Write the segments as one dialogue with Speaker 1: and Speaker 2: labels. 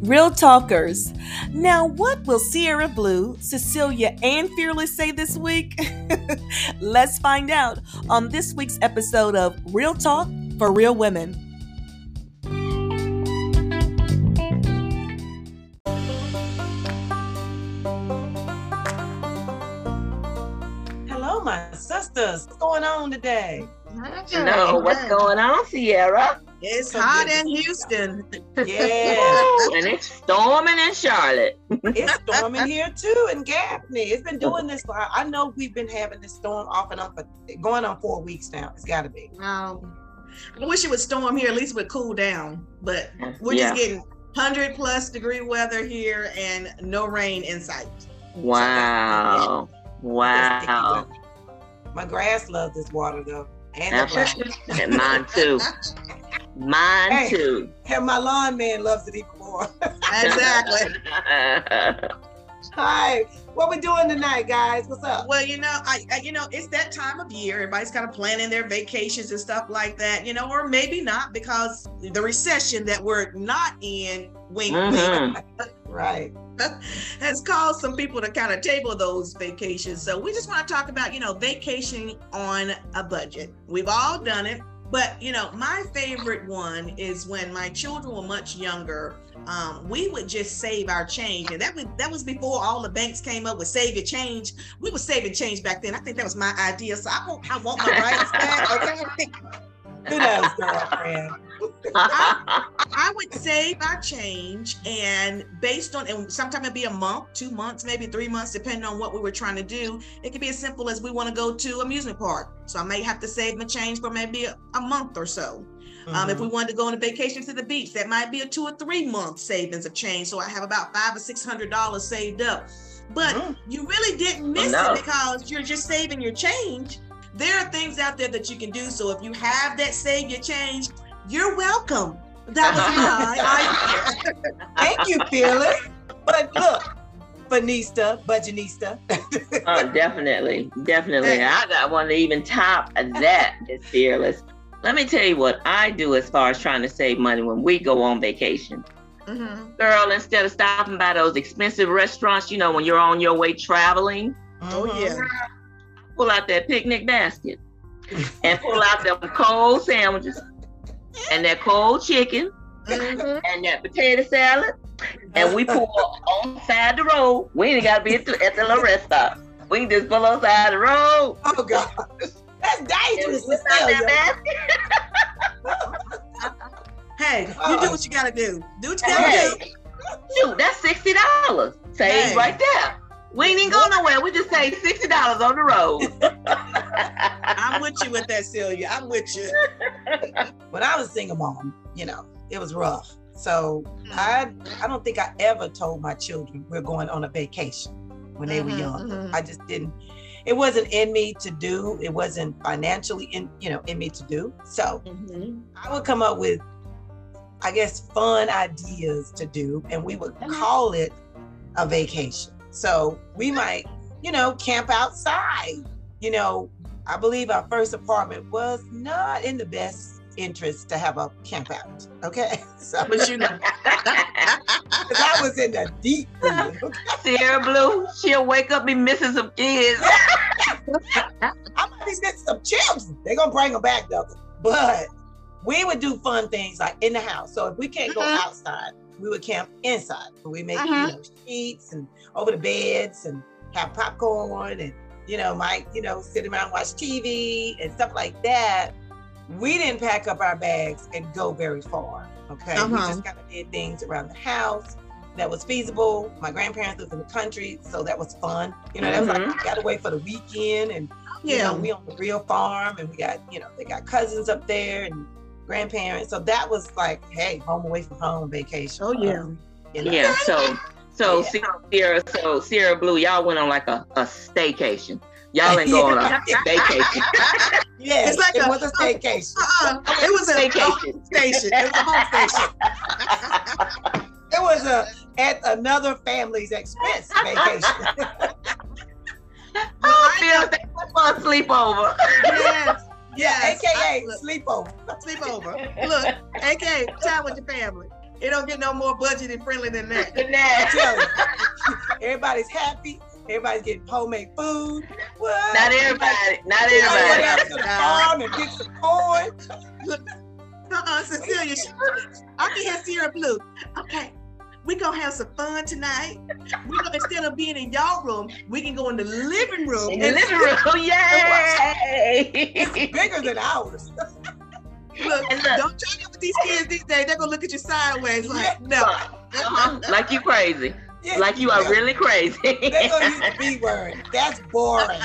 Speaker 1: Real talkers. Now, what will Sierra Blue, Cecilia, and Fearless say this week? Let's find out on this week's episode of Real Talk for Real Women.
Speaker 2: Hello, my sisters. What's going on today?
Speaker 3: No, what's going on, Sierra?
Speaker 2: It's a
Speaker 4: Hot
Speaker 2: good-
Speaker 4: in Houston.
Speaker 2: Yeah,
Speaker 3: Woo, and it's storming in Charlotte.
Speaker 2: it's storming here too in Gaffney. It's been
Speaker 4: Oh.
Speaker 2: doing this. For, I know we've been having this storm off and on for going on four weeks now. It's got to be.
Speaker 4: Um, I wish it would storm here. At least it would cool down. But we're
Speaker 3: yeah.
Speaker 4: just getting hundred plus degree weather here and no rain in sight.
Speaker 3: Wow.
Speaker 2: It's sticky weather.
Speaker 3: Wow.
Speaker 2: My grass loves this water though, and the
Speaker 3: That's-
Speaker 2: black.
Speaker 3: And mine too. Mine
Speaker 2: Hey.
Speaker 3: too.
Speaker 2: and my lawn man loves it even more.
Speaker 4: exactly.
Speaker 2: All right, what we doing tonight, guys? What's up?
Speaker 4: Well, you know, I, I you know, it's that time of year. Everybody's kind of planning their vacations and stuff like that, you know, or maybe not because the recession that we're not in, wink, wink,
Speaker 3: Mhm.
Speaker 2: Right.
Speaker 4: has caused some people to kind of table those vacations. So we just want to talk about, you know, vacationing on a budget. We've all done it. But, you know, my favorite one is when my children were much younger, um, we would just save our change. And that was, that was before all the banks came up with save your change. We were saving change back then. I think that was my idea. So I want, I want my rights back. Okay.
Speaker 2: Who knows, girlfriend?
Speaker 4: I would save our change and based on, and sometimes it'd be a month, two months, maybe three months, depending on what we were trying to do. It could be as simple as we want to go to amusement park. So I may have to save my change for maybe a, a month or so. Um, if we wanted to go on a vacation to the beach, that might be a two or three month savings of change. So I have about five or six hundred dollars saved up. But
Speaker 2: Mhm.
Speaker 4: you really didn't miss
Speaker 3: Enough.
Speaker 4: it because you're just saving your change. There are things out there that you can do. So if you have that save your change, you're welcome. That was my idea.
Speaker 2: Thank you, Fearless. But look, Banista, Budgetista.
Speaker 3: Oh, definitely, definitely. I got one to even top that is fearless. Let me tell you what I do as far as trying to save money when we go on vacation.
Speaker 4: Mhm.
Speaker 3: Girl, instead of stopping by those expensive restaurants, you know, when you're on your way traveling,
Speaker 4: Oh yeah.
Speaker 3: pull out that picnic basket and pull out them cold sandwiches and that cold chicken
Speaker 4: Mhm.
Speaker 3: and that potato salad. And we pull on side the road. We ain't got to be at the, at the little rest stop. We can just pull on side the road.
Speaker 2: Oh God, that's
Speaker 3: and
Speaker 2: dangerous.
Speaker 3: whip out that
Speaker 2: Cecilia.
Speaker 3: basket.
Speaker 4: Hey, you do what you gotta do. Do what you gotta
Speaker 3: Hey,
Speaker 4: do.
Speaker 3: shoot, that's sixty dollars saved
Speaker 4: Hey.
Speaker 3: right there. We ain't even going nowhere. We just saved sixty dollars on the road.
Speaker 4: I'm with you with that, Celia. I'm with you.
Speaker 2: When I was a single mom, you know, it was rough. So I, I don't think I ever told my children we're going on a vacation when they were
Speaker 4: Mhm,
Speaker 2: young.
Speaker 4: mhm.
Speaker 2: I just didn't. It wasn't in me to do. It wasn't financially in, you know, in me to do. So
Speaker 3: Mm-hmm.
Speaker 2: I would come up with, I guess, fun ideas to do, and we would call it a vacation. So we might, you know, camp outside. You know, I believe our first apartment was not in the best interest to have a camp out. Okay. So
Speaker 4: But you know.
Speaker 2: 'cause I was in the deep. end, okay?
Speaker 3: Sierra Blue, she'll wake up be missing some kids.
Speaker 2: I might be missing some children. They're gonna bring them back though. But we would do fun things like in the house. So if we can't go
Speaker 4: Mhm.
Speaker 2: outside, we would camp inside. We make
Speaker 4: Mhm.
Speaker 2: you know sheets and over the beds and have popcorn and you know might you know sit around and watch TV and stuff like that. We didn't pack up our bags and go very far. Okay, we
Speaker 4: Uh-huh.
Speaker 2: just kind of did things around the house that was feasible. My grandparents lived in the country, so that was fun. You know, that was like got away for the weekend and you know,
Speaker 4: Yeah.
Speaker 2: we on the real farm and we got, you know, they got cousins up there and grandparents. So that was like, hey, home away from home vacation.
Speaker 4: Oh
Speaker 2: for
Speaker 4: yeah.
Speaker 2: us, you know?
Speaker 3: yeah, so so
Speaker 2: Yeah.
Speaker 3: Sierra, so Sierra Blue, y'all went on like a, a staycation. Y'all ain't going on a vacation.
Speaker 2: Yes,
Speaker 4: It's like
Speaker 2: it
Speaker 4: a-
Speaker 2: was a staycation.
Speaker 4: Uh-uh. It was a home
Speaker 3: Vacation.
Speaker 4: station. It was a home station.
Speaker 2: It was a at another family's expense vacation.
Speaker 3: Oh, Bill, they went for a sleepover.
Speaker 4: yes. Yes.
Speaker 2: AKA
Speaker 4: I-
Speaker 2: sleepover.
Speaker 4: Sleepover. Look, AK, time with your family. It don't get no more budget and friendly than that.
Speaker 2: I
Speaker 3: Now
Speaker 2: tell you, everybody's happy. Everybody's getting homemade food. What?
Speaker 3: not everybody, not
Speaker 2: Everybody out
Speaker 3: everybody.
Speaker 2: to the farm and get some corn.
Speaker 4: Uh-uh, Cecilia, she, I can hear Sierra Blue. Okay, we gonna have some fun tonight. We gonna instead of being in y'all room, we can go in the living room.
Speaker 3: In the
Speaker 4: and
Speaker 3: living room, yay!
Speaker 2: Bigger than ours.
Speaker 4: Look,
Speaker 3: And look.
Speaker 4: don't try to with these kids these days. They're gonna look at you sideways like, no.
Speaker 3: Uh-huh. Like you crazy,
Speaker 2: Yeah,
Speaker 3: like you are
Speaker 2: yeah.
Speaker 3: really crazy.
Speaker 2: They're gonna use the B word. That's boring.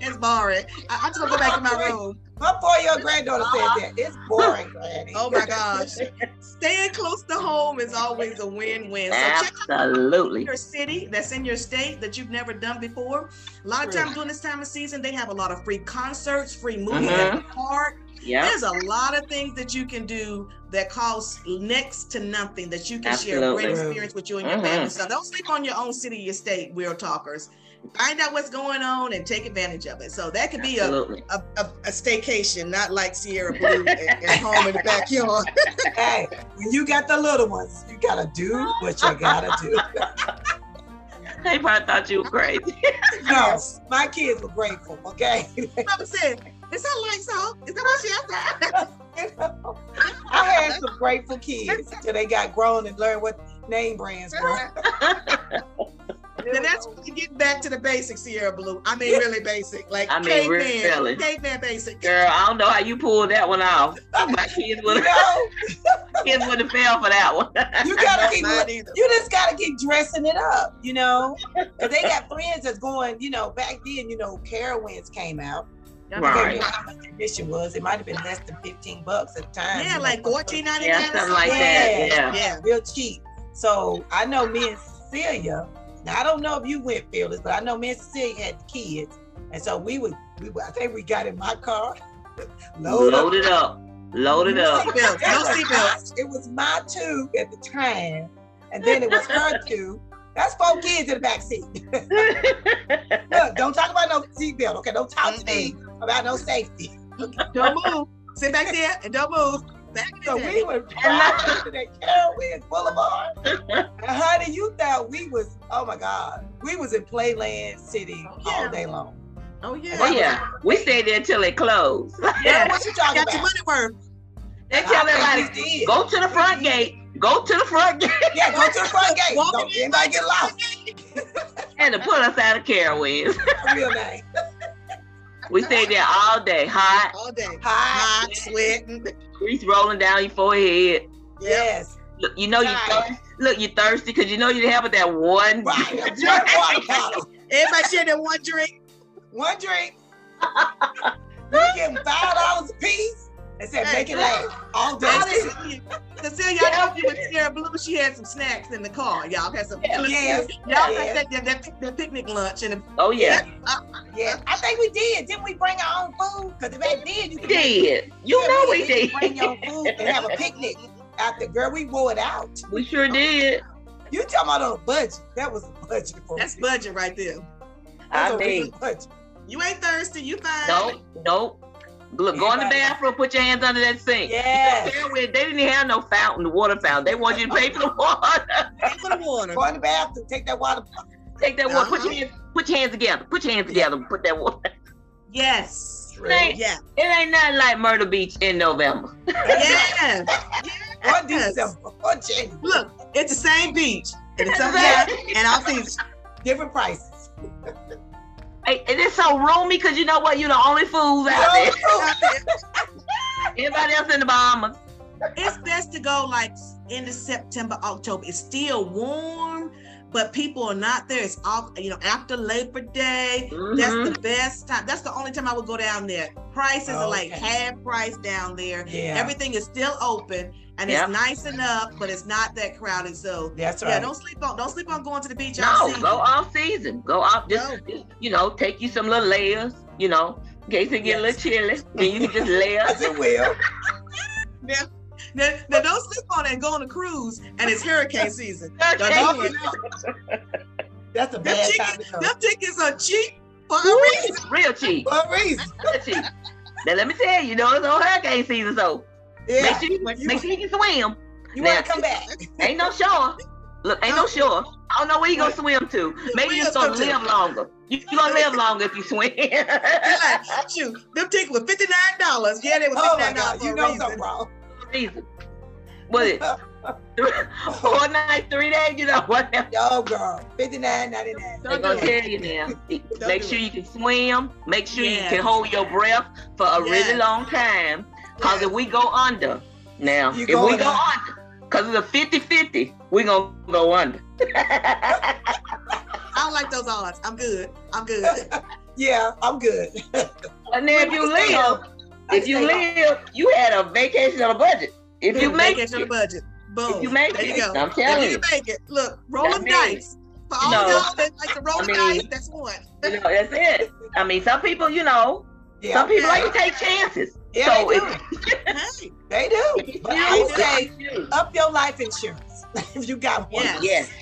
Speaker 4: it's boring. I, I'm just gonna go back to my room.
Speaker 2: My four-year-old granddaughter
Speaker 3: Uh-huh.
Speaker 2: said that. It's boring, Granny.
Speaker 4: Oh my gosh. Staying close to home is always a win-win. So
Speaker 3: Ah.
Speaker 4: check
Speaker 3: Absolutely.
Speaker 4: your city that's in your state that you've never done before. A lot of
Speaker 2: True.
Speaker 4: times during this time of season, they have a lot of free concerts, free movies at the park.
Speaker 3: Mm-hmm. Yep.
Speaker 4: There's a lot of things that you can do that cost next to nothing that you can share a
Speaker 3: Absolutely.
Speaker 4: great experience with you and your
Speaker 3: Mhm.
Speaker 4: family. So don't sleep on your own city, your state, real talkers. Find out what's going on and take advantage of it. So that could be a
Speaker 3: Absolutely.
Speaker 4: a, a, a staycation, not like Sierra Blue at, at home in the backyard.
Speaker 2: Hey, when you got the little ones, you gotta do what you gotta do.
Speaker 3: They probably thought you were crazy.
Speaker 2: No, my kids were grateful, okay?
Speaker 4: I'm saying, is that like so? Is that what she asked?
Speaker 2: I had some grateful kids till they got grown and learned what name brands were.
Speaker 4: Then that's when you get back to the basics, Sierra Blue. I mean, really basic, like
Speaker 3: I mean,
Speaker 4: caveman,
Speaker 3: really.
Speaker 4: caveman basic.
Speaker 3: Girl, I don't know how you pulled that one off. Oh, My kids
Speaker 2: you
Speaker 3: would have
Speaker 2: know,
Speaker 3: kids would have fell for that one.
Speaker 2: you
Speaker 4: Not
Speaker 2: gotta keep
Speaker 4: mine either.
Speaker 2: you just gotta keep dressing it up, you know. 'Cause they got friends that's going, you know, back then, you know, Carowinds came out. Okay,
Speaker 3: Right.
Speaker 2: well, how much admission was? It might have been less than fifteen bucks at the time.
Speaker 4: Yeah,
Speaker 2: you know,
Speaker 4: like
Speaker 2: for-
Speaker 4: fourteen ninety nine.
Speaker 3: Yeah, something like that. Yeah.
Speaker 4: Yeah.
Speaker 2: real cheap. So I know me and Cecilia. Now I don't know if you went fearless, but I know me and Cecilia had the kids, and so we would. We would, I think we got in my car. Load up.
Speaker 3: Load it up. Load it up.
Speaker 4: Seatbelts,
Speaker 2: That
Speaker 4: no
Speaker 2: was
Speaker 4: seatbelts.
Speaker 2: my- It was my two at the time, and then it was her two. That's four kids in the back seat. Look, don't talk about no seatbelt. Okay, don't talk to me about no safety.
Speaker 4: Don't move. Sit back there and don't move. Back in
Speaker 2: So
Speaker 4: the
Speaker 2: we
Speaker 4: day.
Speaker 2: were driving to that Carowinds Boulevard. And honey, you thought we was, oh my God, we was in Playland City all day long.
Speaker 4: Oh yeah.
Speaker 3: Oh yeah. We stayed there till it closed.
Speaker 2: Girl, what you talking
Speaker 4: Got your
Speaker 2: about?
Speaker 4: money worth.
Speaker 3: They tell
Speaker 2: I
Speaker 3: everybody,
Speaker 2: think we did.
Speaker 3: go to the front gate. Go to the front gate
Speaker 2: Yeah, go to the front gate.
Speaker 4: Walk
Speaker 2: Don't anybody get lost.
Speaker 3: and to put us out of Carowinds.
Speaker 2: Real nice.
Speaker 3: We stayed there all day, hot,
Speaker 4: All day.
Speaker 2: Hi.
Speaker 4: Hot, sweating.
Speaker 3: grease rolling down your forehead.
Speaker 2: Yes.
Speaker 3: Look, you know you
Speaker 2: Right.
Speaker 3: thirsty. Look, you thirsty because you know you didn't have but that one.
Speaker 2: Right. One water bottle.
Speaker 4: Everybody shared that one drink.
Speaker 2: One drink. You give them five dollars a piece and said make it last all day.
Speaker 4: Now, Cecilia, Cecilia, I helped you with Sarah Blue. She had some snacks in the car. Y'all had some.
Speaker 2: Yes.
Speaker 4: Y'all
Speaker 2: yes.
Speaker 4: had that, that, that, that picnic lunch and
Speaker 3: Oh yeah,
Speaker 2: Yeah, I think we did. Didn't we bring our own food? Because back then you
Speaker 3: we
Speaker 2: could
Speaker 3: did. You
Speaker 2: Yeah,
Speaker 3: know
Speaker 2: we
Speaker 3: we did.
Speaker 2: Bring your food and have a picnic after. Girl, we wore it out.
Speaker 3: We sure did.
Speaker 2: You talking about on a budget? That was a budget for
Speaker 4: that's
Speaker 2: me.
Speaker 4: budget right there.
Speaker 2: That's
Speaker 3: I
Speaker 2: a real
Speaker 3: mean,
Speaker 2: budget.
Speaker 4: You ain't thirsty. You fine.
Speaker 3: nope, nope. Look, go in the
Speaker 2: Everybody-
Speaker 3: bathroom, put your hands under that sink.
Speaker 2: Yes.
Speaker 3: They didn't even have no fountain, the water fountain. They want you to pay for the water.
Speaker 4: Pay for the water.
Speaker 2: Go in the bathroom, take that water.
Speaker 3: Take that water. Put your hands, put your hands together. Put your hands together. and Put that water.
Speaker 4: Yes.
Speaker 3: Thank-
Speaker 4: Yeah.
Speaker 3: It ain't nothing like Myrtle Beach in November.
Speaker 4: Yeah.
Speaker 2: Or December, or January.
Speaker 4: Look, it's the same beach. And it's up there
Speaker 3: Right.
Speaker 4: and I'll see
Speaker 2: Different prices.
Speaker 3: Hey, and it's so roomy because you know what? You're the only fools out there.
Speaker 2: Oh,
Speaker 3: Everybody else in the Bahamas.
Speaker 4: it's best to go like end of September, October. It's still warm, but people are not there. It's all you know after Labor Day. That's
Speaker 3: Mhm.
Speaker 4: the best time. That's the only time I would go down there. Prices are like
Speaker 2: Okay.
Speaker 4: half price down there.
Speaker 2: Yeah,
Speaker 4: Everything is still open and
Speaker 3: Yeah.
Speaker 4: it's nice enough, but it's not that crowded. So
Speaker 2: that's
Speaker 4: yeah,
Speaker 2: right.
Speaker 4: don't sleep on don't sleep on going to the beach. all
Speaker 3: No,
Speaker 4: season.
Speaker 3: go off season. Go off. Just, you know, take you some little layers. You know, in case it get a little chilly, then you can just lay up.
Speaker 2: As it will.
Speaker 4: Now, now don't sleep on it and go on a cruise and it's hurricane season. Now,
Speaker 3: Okay.
Speaker 4: don't-
Speaker 2: That's a
Speaker 4: them,
Speaker 2: bad time
Speaker 4: tickets,
Speaker 2: to go.
Speaker 4: them tickets are cheap for a reason.
Speaker 3: Real cheap.
Speaker 2: For a reason.
Speaker 3: Real cheap. Now let me tell you, you know it's on hurricane season, so
Speaker 2: Yeah.
Speaker 3: make sure you,
Speaker 2: When you-
Speaker 3: make sure you can swim.
Speaker 2: You
Speaker 3: Now,
Speaker 2: want to come back?
Speaker 3: Ain't no shore. Look, ain't no shore. I don't know where you gonna swim to. Maybe
Speaker 4: Where
Speaker 3: you're
Speaker 4: you
Speaker 3: gonna
Speaker 4: go to?
Speaker 3: live longer. You, you gonna live longer if you swim.
Speaker 4: They're like, shoot, them tickets were fifty nine dollars. Yeah, they were
Speaker 2: Oh
Speaker 4: fifty
Speaker 2: my
Speaker 4: nine dollars
Speaker 2: God,
Speaker 4: for
Speaker 2: you
Speaker 4: a
Speaker 2: know
Speaker 4: reason.
Speaker 2: something wrong.
Speaker 3: Reason. What is it? Four nights, three days, you know, whatever.
Speaker 2: Yo, girl, fifty nine ninety nine.
Speaker 3: They're
Speaker 4: Don't
Speaker 3: gonna
Speaker 4: do it.
Speaker 3: tell you now.
Speaker 4: do
Speaker 3: Make
Speaker 4: it.
Speaker 3: sure you can swim. Make sure you
Speaker 4: Yes.
Speaker 3: can hold your breath for a really
Speaker 4: Yes.
Speaker 3: long time. Cause if we go under now,
Speaker 2: You
Speaker 3: if we
Speaker 2: going
Speaker 3: go under, cause of the 50-50, we gonna go under.
Speaker 4: I don't like those odds. I'm good. I'm good.
Speaker 2: Yeah, I'm good.
Speaker 3: and then if you
Speaker 2: I stay
Speaker 3: live,
Speaker 2: I
Speaker 3: if you
Speaker 2: stay home.
Speaker 3: live, you had a vacation on a budget. If you make it,
Speaker 4: Vacation on the budget. Boom.
Speaker 3: if you make
Speaker 4: there
Speaker 3: it,
Speaker 4: you go.
Speaker 3: I'm telling
Speaker 4: If
Speaker 3: you.
Speaker 4: you make it, look, roll
Speaker 3: I
Speaker 4: them
Speaker 3: mean,
Speaker 4: dice. For all
Speaker 3: no.
Speaker 4: y'all that like to roll
Speaker 3: I
Speaker 4: the
Speaker 3: mean,
Speaker 4: dice, that's one.
Speaker 3: You know, that's it. I mean, some people, you know,
Speaker 2: Yeah,
Speaker 3: some people like to take chances.
Speaker 2: yeah
Speaker 3: so
Speaker 2: they,
Speaker 3: if
Speaker 2: do.
Speaker 4: Hey,
Speaker 2: they do.
Speaker 3: you
Speaker 2: But I would
Speaker 3: do,
Speaker 2: say
Speaker 3: you
Speaker 2: up your life insurance if you got one.
Speaker 4: Yes.
Speaker 3: do. Yes.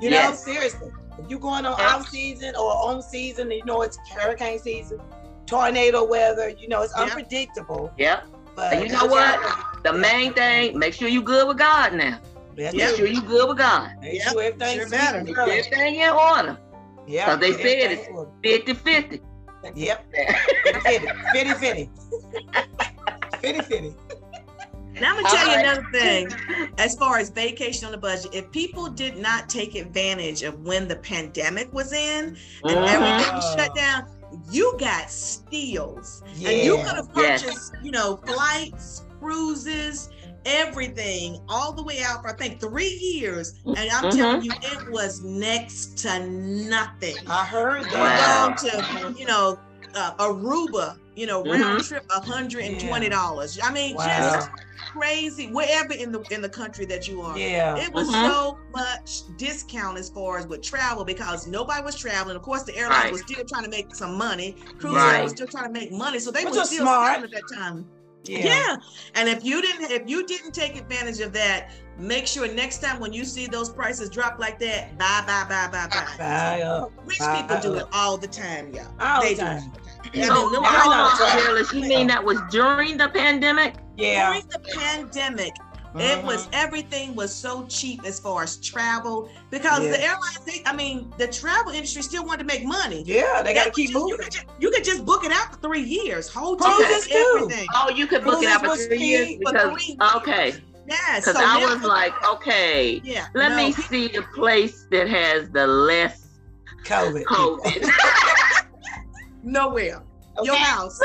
Speaker 2: You know,
Speaker 3: Yes.
Speaker 2: seriously. If you're going on
Speaker 3: Yeah.
Speaker 2: off season or on season, and you know it's hurricane season, tornado weather, you know, it's
Speaker 4: Yeah.
Speaker 2: unpredictable.
Speaker 3: Yep.
Speaker 2: But
Speaker 3: And you know what? The main thing, make sure you good with God now.
Speaker 2: Yeah,
Speaker 4: Yeah.
Speaker 3: Make sure you good with God.
Speaker 2: Make
Speaker 4: Yep.
Speaker 2: sure everything's
Speaker 4: Sure
Speaker 2: sweet
Speaker 4: better.
Speaker 2: and
Speaker 3: Get
Speaker 2: early.
Speaker 3: Everything in order.
Speaker 2: Yeah.
Speaker 3: 'Cause they said
Speaker 2: everything
Speaker 3: it's-
Speaker 2: will-
Speaker 3: 50 50.
Speaker 2: Yep.
Speaker 3: Mm-hmm.
Speaker 2: Fitty, fitty, fitty. Fitty, fitty.
Speaker 4: And I'm gonna tell you
Speaker 3: Alright.
Speaker 4: another thing. As far as vacation on the budget, if people did not take advantage of when the pandemic was in
Speaker 3: Mm-hmm.
Speaker 4: and everything was shut down, you got steals.
Speaker 2: Yeah.
Speaker 4: And you could have
Speaker 3: Yes.
Speaker 4: purchased, you know, flights, cruises, everything, all the way out for I think three years. And I'm
Speaker 3: Mm-hmm.
Speaker 4: telling you, it was next to nothing.
Speaker 2: I heard
Speaker 4: Go
Speaker 3: Wow.
Speaker 2: that.
Speaker 4: down to, you know, uh, Aruba, you know, round
Speaker 3: Mm-hmm.
Speaker 4: trip $120. I mean,
Speaker 2: Wow.
Speaker 4: just crazy wherever in the in the country that you are.
Speaker 2: Yeah.
Speaker 4: It was
Speaker 3: Mhm.
Speaker 4: so much discount as far as with travel because nobody was traveling. Of course, the airlines
Speaker 3: Right.
Speaker 4: were still trying to make some money. Cruise
Speaker 3: Right.
Speaker 4: lines were still trying to make money, so they
Speaker 2: Which
Speaker 4: were
Speaker 2: is
Speaker 4: still
Speaker 2: smart.
Speaker 4: smart. at that time.
Speaker 2: Yeah.
Speaker 4: Yeah. and if you didn't, if you didn't take advantage of that, make sure next time when you see those prices drop like that, buy, buy, buy, buy, buy.
Speaker 2: Buy up.
Speaker 4: Rich
Speaker 2: buy
Speaker 4: people do
Speaker 2: up.
Speaker 4: it all the time, y'all.
Speaker 2: All
Speaker 4: They
Speaker 2: the
Speaker 4: do.
Speaker 2: time.
Speaker 4: I
Speaker 3: Oh,
Speaker 4: mean, look
Speaker 2: I know.
Speaker 4: how much-
Speaker 3: hold on, Shirley. You mean that was during the pandemic?
Speaker 2: Yeah. Mm-hmm.
Speaker 4: During the pandemic, It was everything was so cheap as far as travel because the airlines, they, I mean, the travel industry still wanted to make money.
Speaker 2: Yeah, they gotta
Speaker 4: That
Speaker 2: keep
Speaker 4: was just-
Speaker 2: moving.
Speaker 4: You could, just, you could just book it out for three years, hotels,
Speaker 2: Cruises too.
Speaker 4: everything.
Speaker 3: Oh, you could book it out for
Speaker 2: Cruises was
Speaker 3: three years
Speaker 2: cheap
Speaker 4: for
Speaker 3: because
Speaker 4: three
Speaker 3: okay,
Speaker 4: Yes,
Speaker 3: because
Speaker 4: so
Speaker 3: I
Speaker 4: now-
Speaker 3: was like, okay,
Speaker 4: yeah.
Speaker 3: let
Speaker 4: no,
Speaker 3: me
Speaker 4: people-
Speaker 3: see the place that has the less
Speaker 2: COVID.
Speaker 3: COVID.
Speaker 4: nowhere. Your
Speaker 2: Okay.
Speaker 4: house.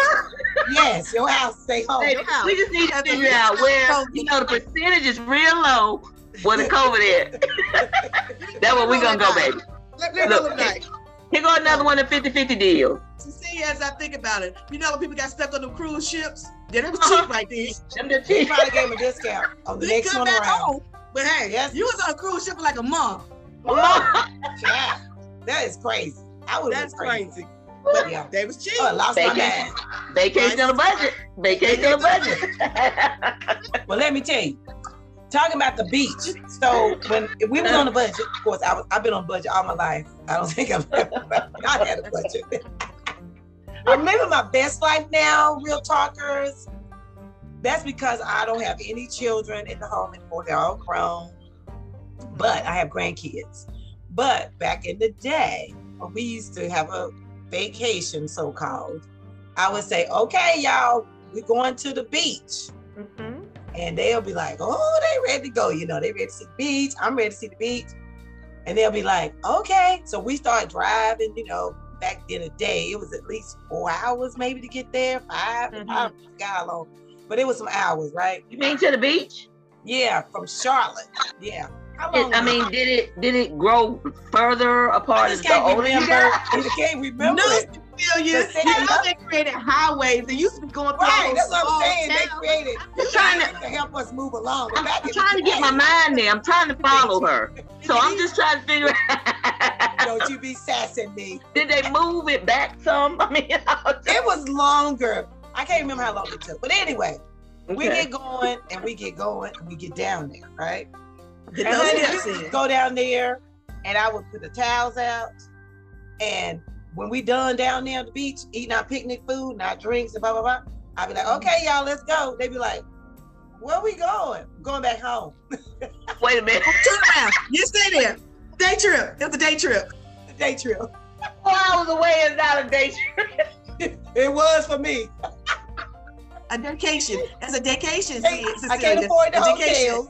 Speaker 2: Yes, your house stay home.
Speaker 3: Baby,
Speaker 4: wow.
Speaker 3: we just need to
Speaker 4: That's a
Speaker 3: figure
Speaker 4: good
Speaker 3: out where
Speaker 4: point.
Speaker 3: you know the percentage is real low where the COVID is. That's what we're gonna go, baby.
Speaker 4: Let me
Speaker 3: Look.
Speaker 4: know tonight.
Speaker 3: Here go another one of 50-50 deals.
Speaker 4: To see, as I think about it, you know when people got stuck on them cruise ships? Yeah, it was
Speaker 3: Uh-huh.
Speaker 4: cheap right there.
Speaker 3: Them the
Speaker 2: They
Speaker 3: cheap.
Speaker 2: probably gave him a discount on the
Speaker 4: We
Speaker 2: next
Speaker 4: come
Speaker 2: one
Speaker 4: back
Speaker 2: around.
Speaker 4: home. But hey,
Speaker 2: Yes.
Speaker 4: you was on a cruise ship for like a month.
Speaker 2: Yeah. That is crazy. I would have
Speaker 4: That's
Speaker 2: been crazy.
Speaker 4: crazy.
Speaker 2: Yeah.
Speaker 4: They was cheap.
Speaker 2: Oh, I lost my
Speaker 3: Vacation.
Speaker 2: mind.
Speaker 3: Vacation on a budget. Vacation on a budget.
Speaker 2: Well, let me tell you. Talking about the beach. So when if we was on the budget, of course, I was I've been on budget all my life. I don't think I've ever not had a budget. I'm living my best life now, real talkers. That's because I don't have any children in the home anymore. They're all grown. But I have grandkids. But back in the day, when we used to have a vacation, so called, I would say, okay, y'all, we're going to the beach and they'll be like, "Oh, they ready to go." You know, they ready to see the beach. I'm ready to see the beach, and they'll be like, "Okay." So we start driving. You know, back in the day, it was at least four hours maybe to get there, 5
Speaker 4: Mhm.
Speaker 2: I don't know how long, but it was some hours, right?
Speaker 3: you mean to the beach?
Speaker 2: Yeah, from Charlotte. Yeah, how long?
Speaker 3: I mean, did it did it grow further
Speaker 2: I
Speaker 3: apart as
Speaker 2: just
Speaker 3: Oh, the
Speaker 2: can't
Speaker 3: older you
Speaker 2: remember.
Speaker 3: got?
Speaker 2: I just can't remember.
Speaker 4: No,
Speaker 2: it.
Speaker 4: Million.
Speaker 2: The city
Speaker 4: You know
Speaker 2: bus-
Speaker 4: they created highways. They used to be going through
Speaker 2: Right,
Speaker 4: all
Speaker 2: that's
Speaker 4: those
Speaker 2: what I'm
Speaker 4: small
Speaker 2: saying. They
Speaker 4: towns.
Speaker 2: created
Speaker 3: oh, I'm trying to
Speaker 2: to help us move along.
Speaker 3: I'm,
Speaker 2: Back
Speaker 3: I'm
Speaker 2: in
Speaker 3: trying
Speaker 2: the
Speaker 3: to get my
Speaker 2: day,
Speaker 3: mind there. I'm trying to follow her. So I'm just trying to figure out
Speaker 2: Don't you be sassing me.
Speaker 3: did they move it back some? I mean, I was
Speaker 2: It was longer. I can't remember how long it took. But anyway, we
Speaker 3: Okay.
Speaker 2: get going and we get going and we get down there, right?
Speaker 4: Get
Speaker 2: And
Speaker 4: those
Speaker 2: I
Speaker 4: hips
Speaker 2: just
Speaker 4: in.
Speaker 2: go down there and I would put the towels out. And when we done down there on the beach,
Speaker 4: Mm-hmm.
Speaker 2: eating our picnic food and our drinks and blah blah blah, I'd be like, okay, y'all, let's go. They'd be like, Where we going? Going back home.
Speaker 3: Wait a minute.
Speaker 4: Turn around. You stay there. Day trip. That's a day trip.
Speaker 2: The day trip.
Speaker 3: Four hours away is not a day trip.
Speaker 2: It was for me.
Speaker 4: A vacation. That's a vacation.
Speaker 2: Hey, I can't afford the hotels.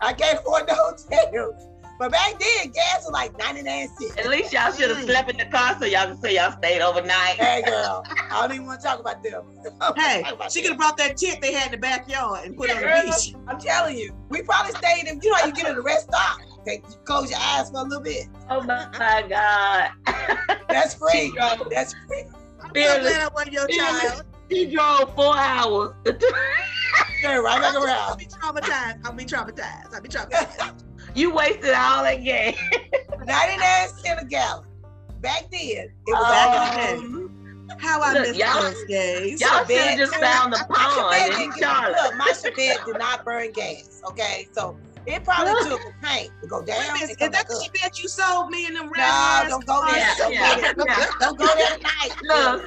Speaker 2: I can't afford the hotels. But back then, gas was like 99 cents.
Speaker 3: At least y'all should have slept in the car so y'all can say y'all stayed overnight.
Speaker 2: Hey, girl, I don't even want to talk about them.
Speaker 4: Hey,
Speaker 2: Talk about
Speaker 4: she
Speaker 2: them.
Speaker 4: could have brought that tent they had in the backyard and put it on
Speaker 3: Yeah.
Speaker 4: the beach.
Speaker 2: I'm telling you, we probably stayed in, you know how you get in the rest stop? They you close your eyes for a little bit.
Speaker 3: Oh my God.
Speaker 2: That's
Speaker 3: She
Speaker 2: free.
Speaker 3: drove,
Speaker 2: That's free.
Speaker 4: I'm so
Speaker 3: Fearless.
Speaker 4: glad I wasn't your
Speaker 3: Fearless.
Speaker 4: child.
Speaker 3: she drove four hours.
Speaker 2: Turn right back
Speaker 4: I'll
Speaker 2: around.
Speaker 4: be traumatized. I'll be traumatized. I'll be traumatized.
Speaker 3: you wasted all that gas.
Speaker 2: 99 cents a gallon. Back then, it was
Speaker 4: Back
Speaker 2: all-
Speaker 4: in the day. How I
Speaker 3: Look,
Speaker 4: miss
Speaker 3: y'all-
Speaker 4: those days.
Speaker 3: Um, Y'all should
Speaker 2: bad.
Speaker 3: have just found the
Speaker 2: Chevette
Speaker 3: pond in
Speaker 2: didn't get-
Speaker 3: Charlotte.
Speaker 2: Look, my Chevette did not burn gas. Okay, so it probably took a paint to go down.
Speaker 4: Wait a minute,
Speaker 2: and
Speaker 4: Is
Speaker 2: come
Speaker 4: that
Speaker 2: back
Speaker 4: the
Speaker 2: up.
Speaker 4: shit that you sold me in them red
Speaker 2: No,
Speaker 4: eyes?
Speaker 2: don't go there.
Speaker 3: Yeah,
Speaker 2: don't,
Speaker 3: yeah,
Speaker 2: go there.
Speaker 3: yeah.
Speaker 2: don't go there tonight.
Speaker 3: Look,
Speaker 2: Don't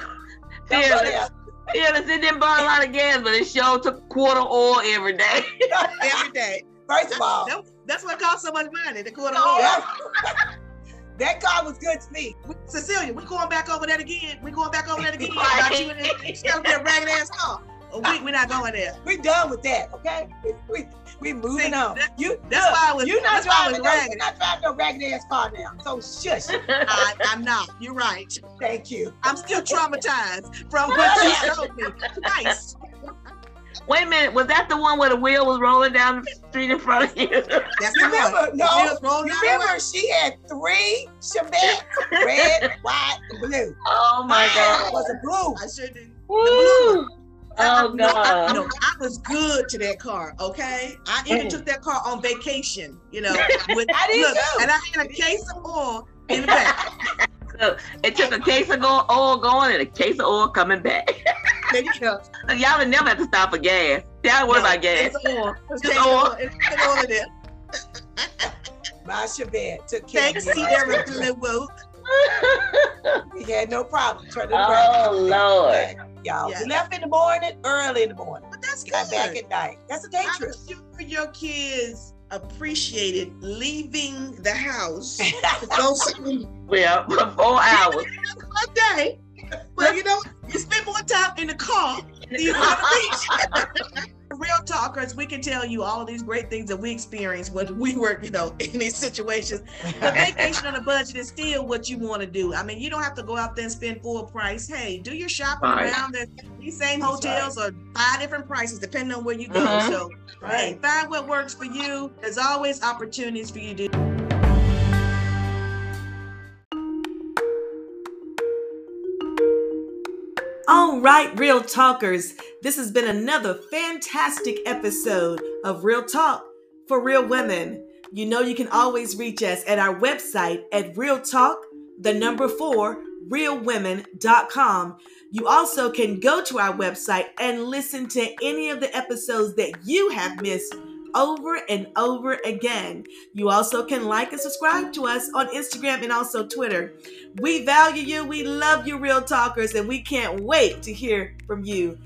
Speaker 2: go
Speaker 3: fearless.
Speaker 2: there.
Speaker 3: Fearless. It didn't burn a lot of gas, but it sure took quarter oil every day.
Speaker 4: Every day.
Speaker 2: First of all,
Speaker 4: That- that's what cost so much money. The quarter
Speaker 3: No.
Speaker 4: oil.
Speaker 2: that- that car was good to me.
Speaker 4: Cecilia, we going back over that again. We going back over that again.
Speaker 3: Right.
Speaker 4: About you and that- you still that ragged ass car. Oh, we we not going there.
Speaker 2: We done with that, okay? We we, we moving
Speaker 4: See,
Speaker 2: on.
Speaker 4: that-
Speaker 2: You
Speaker 4: That's
Speaker 2: look,
Speaker 4: why I was.
Speaker 2: you not
Speaker 4: that's why I was
Speaker 2: driving no, you
Speaker 4: ragged.
Speaker 2: not driving no ragged ass car now. So shush.
Speaker 4: I, I'm not. You're right.
Speaker 2: Thank you.
Speaker 4: I'm still traumatized from what you showed me. Nice.
Speaker 3: Wait a minute. Was that the one where the wheel was rolling down the street in front of you?
Speaker 2: You
Speaker 4: That's the one.
Speaker 2: remember? No.
Speaker 4: Wheels rolled
Speaker 2: You
Speaker 4: out.
Speaker 2: remember she had three Chevettes, red, white, and blue.
Speaker 3: Oh my
Speaker 2: Mine
Speaker 3: God.
Speaker 2: Ah, was a blue.
Speaker 4: I sure did.
Speaker 3: Woo.
Speaker 4: I-
Speaker 3: Oh
Speaker 4: no, I,
Speaker 3: God.
Speaker 4: no, I was good to that car. Okay, I even
Speaker 3: Mm.
Speaker 4: took that car on vacation. You know, with,
Speaker 2: I did too.
Speaker 4: and I had a case of oil in the back.
Speaker 3: So it took a case of go- oil going and a case of oil coming back.
Speaker 4: There you go.
Speaker 3: Y'all would never have to stop for gas. Y'all worry
Speaker 4: No,
Speaker 3: about gas.
Speaker 4: It's oil. It's
Speaker 3: Just
Speaker 4: case of
Speaker 3: oil.
Speaker 4: oil. It's been oil in there.
Speaker 2: My Chevette took care
Speaker 4: Thanks,
Speaker 2: of me.
Speaker 4: Sierra Blue.
Speaker 2: We had no problem turning
Speaker 3: oh
Speaker 2: around.
Speaker 3: Lord.
Speaker 2: Y'all,
Speaker 4: Yeah.
Speaker 2: we left in the morning, early in the morning.
Speaker 4: But that's
Speaker 2: Got back
Speaker 4: good.
Speaker 2: at night. That's a day
Speaker 4: I'm
Speaker 2: trip.
Speaker 4: sure your kids appreciated leaving the house to go somewhere
Speaker 3: Well, for four hours.
Speaker 4: one day. But you know, you spend more time in the car than you do on the beach. Real talkers, we can tell you all of these great things that we experienced when we were, you know, in these situations. But vacation on a budget is still what you want to do. I mean, you don't have to go out there and spend full price. Hey, do your shopping
Speaker 3: Right.
Speaker 4: around. There's these same
Speaker 2: That's
Speaker 4: hotels are five different prices depending on where you go.
Speaker 3: Mhm.
Speaker 4: So, hey,
Speaker 2: Right.
Speaker 4: find what works for you. There's always opportunities for you to
Speaker 1: All right, Real Talkers, this has been another fantastic episode of Real Talk for Real Women. You know you can always reach us at our website at Real Talk, the number four, realwomen.com. You also can go to our website and listen to any of the episodes that you have missed over and over again. You also can like and subscribe to us on Instagram and also Twitter. We value you. We love you, real talkers, and we can't wait to hear from you.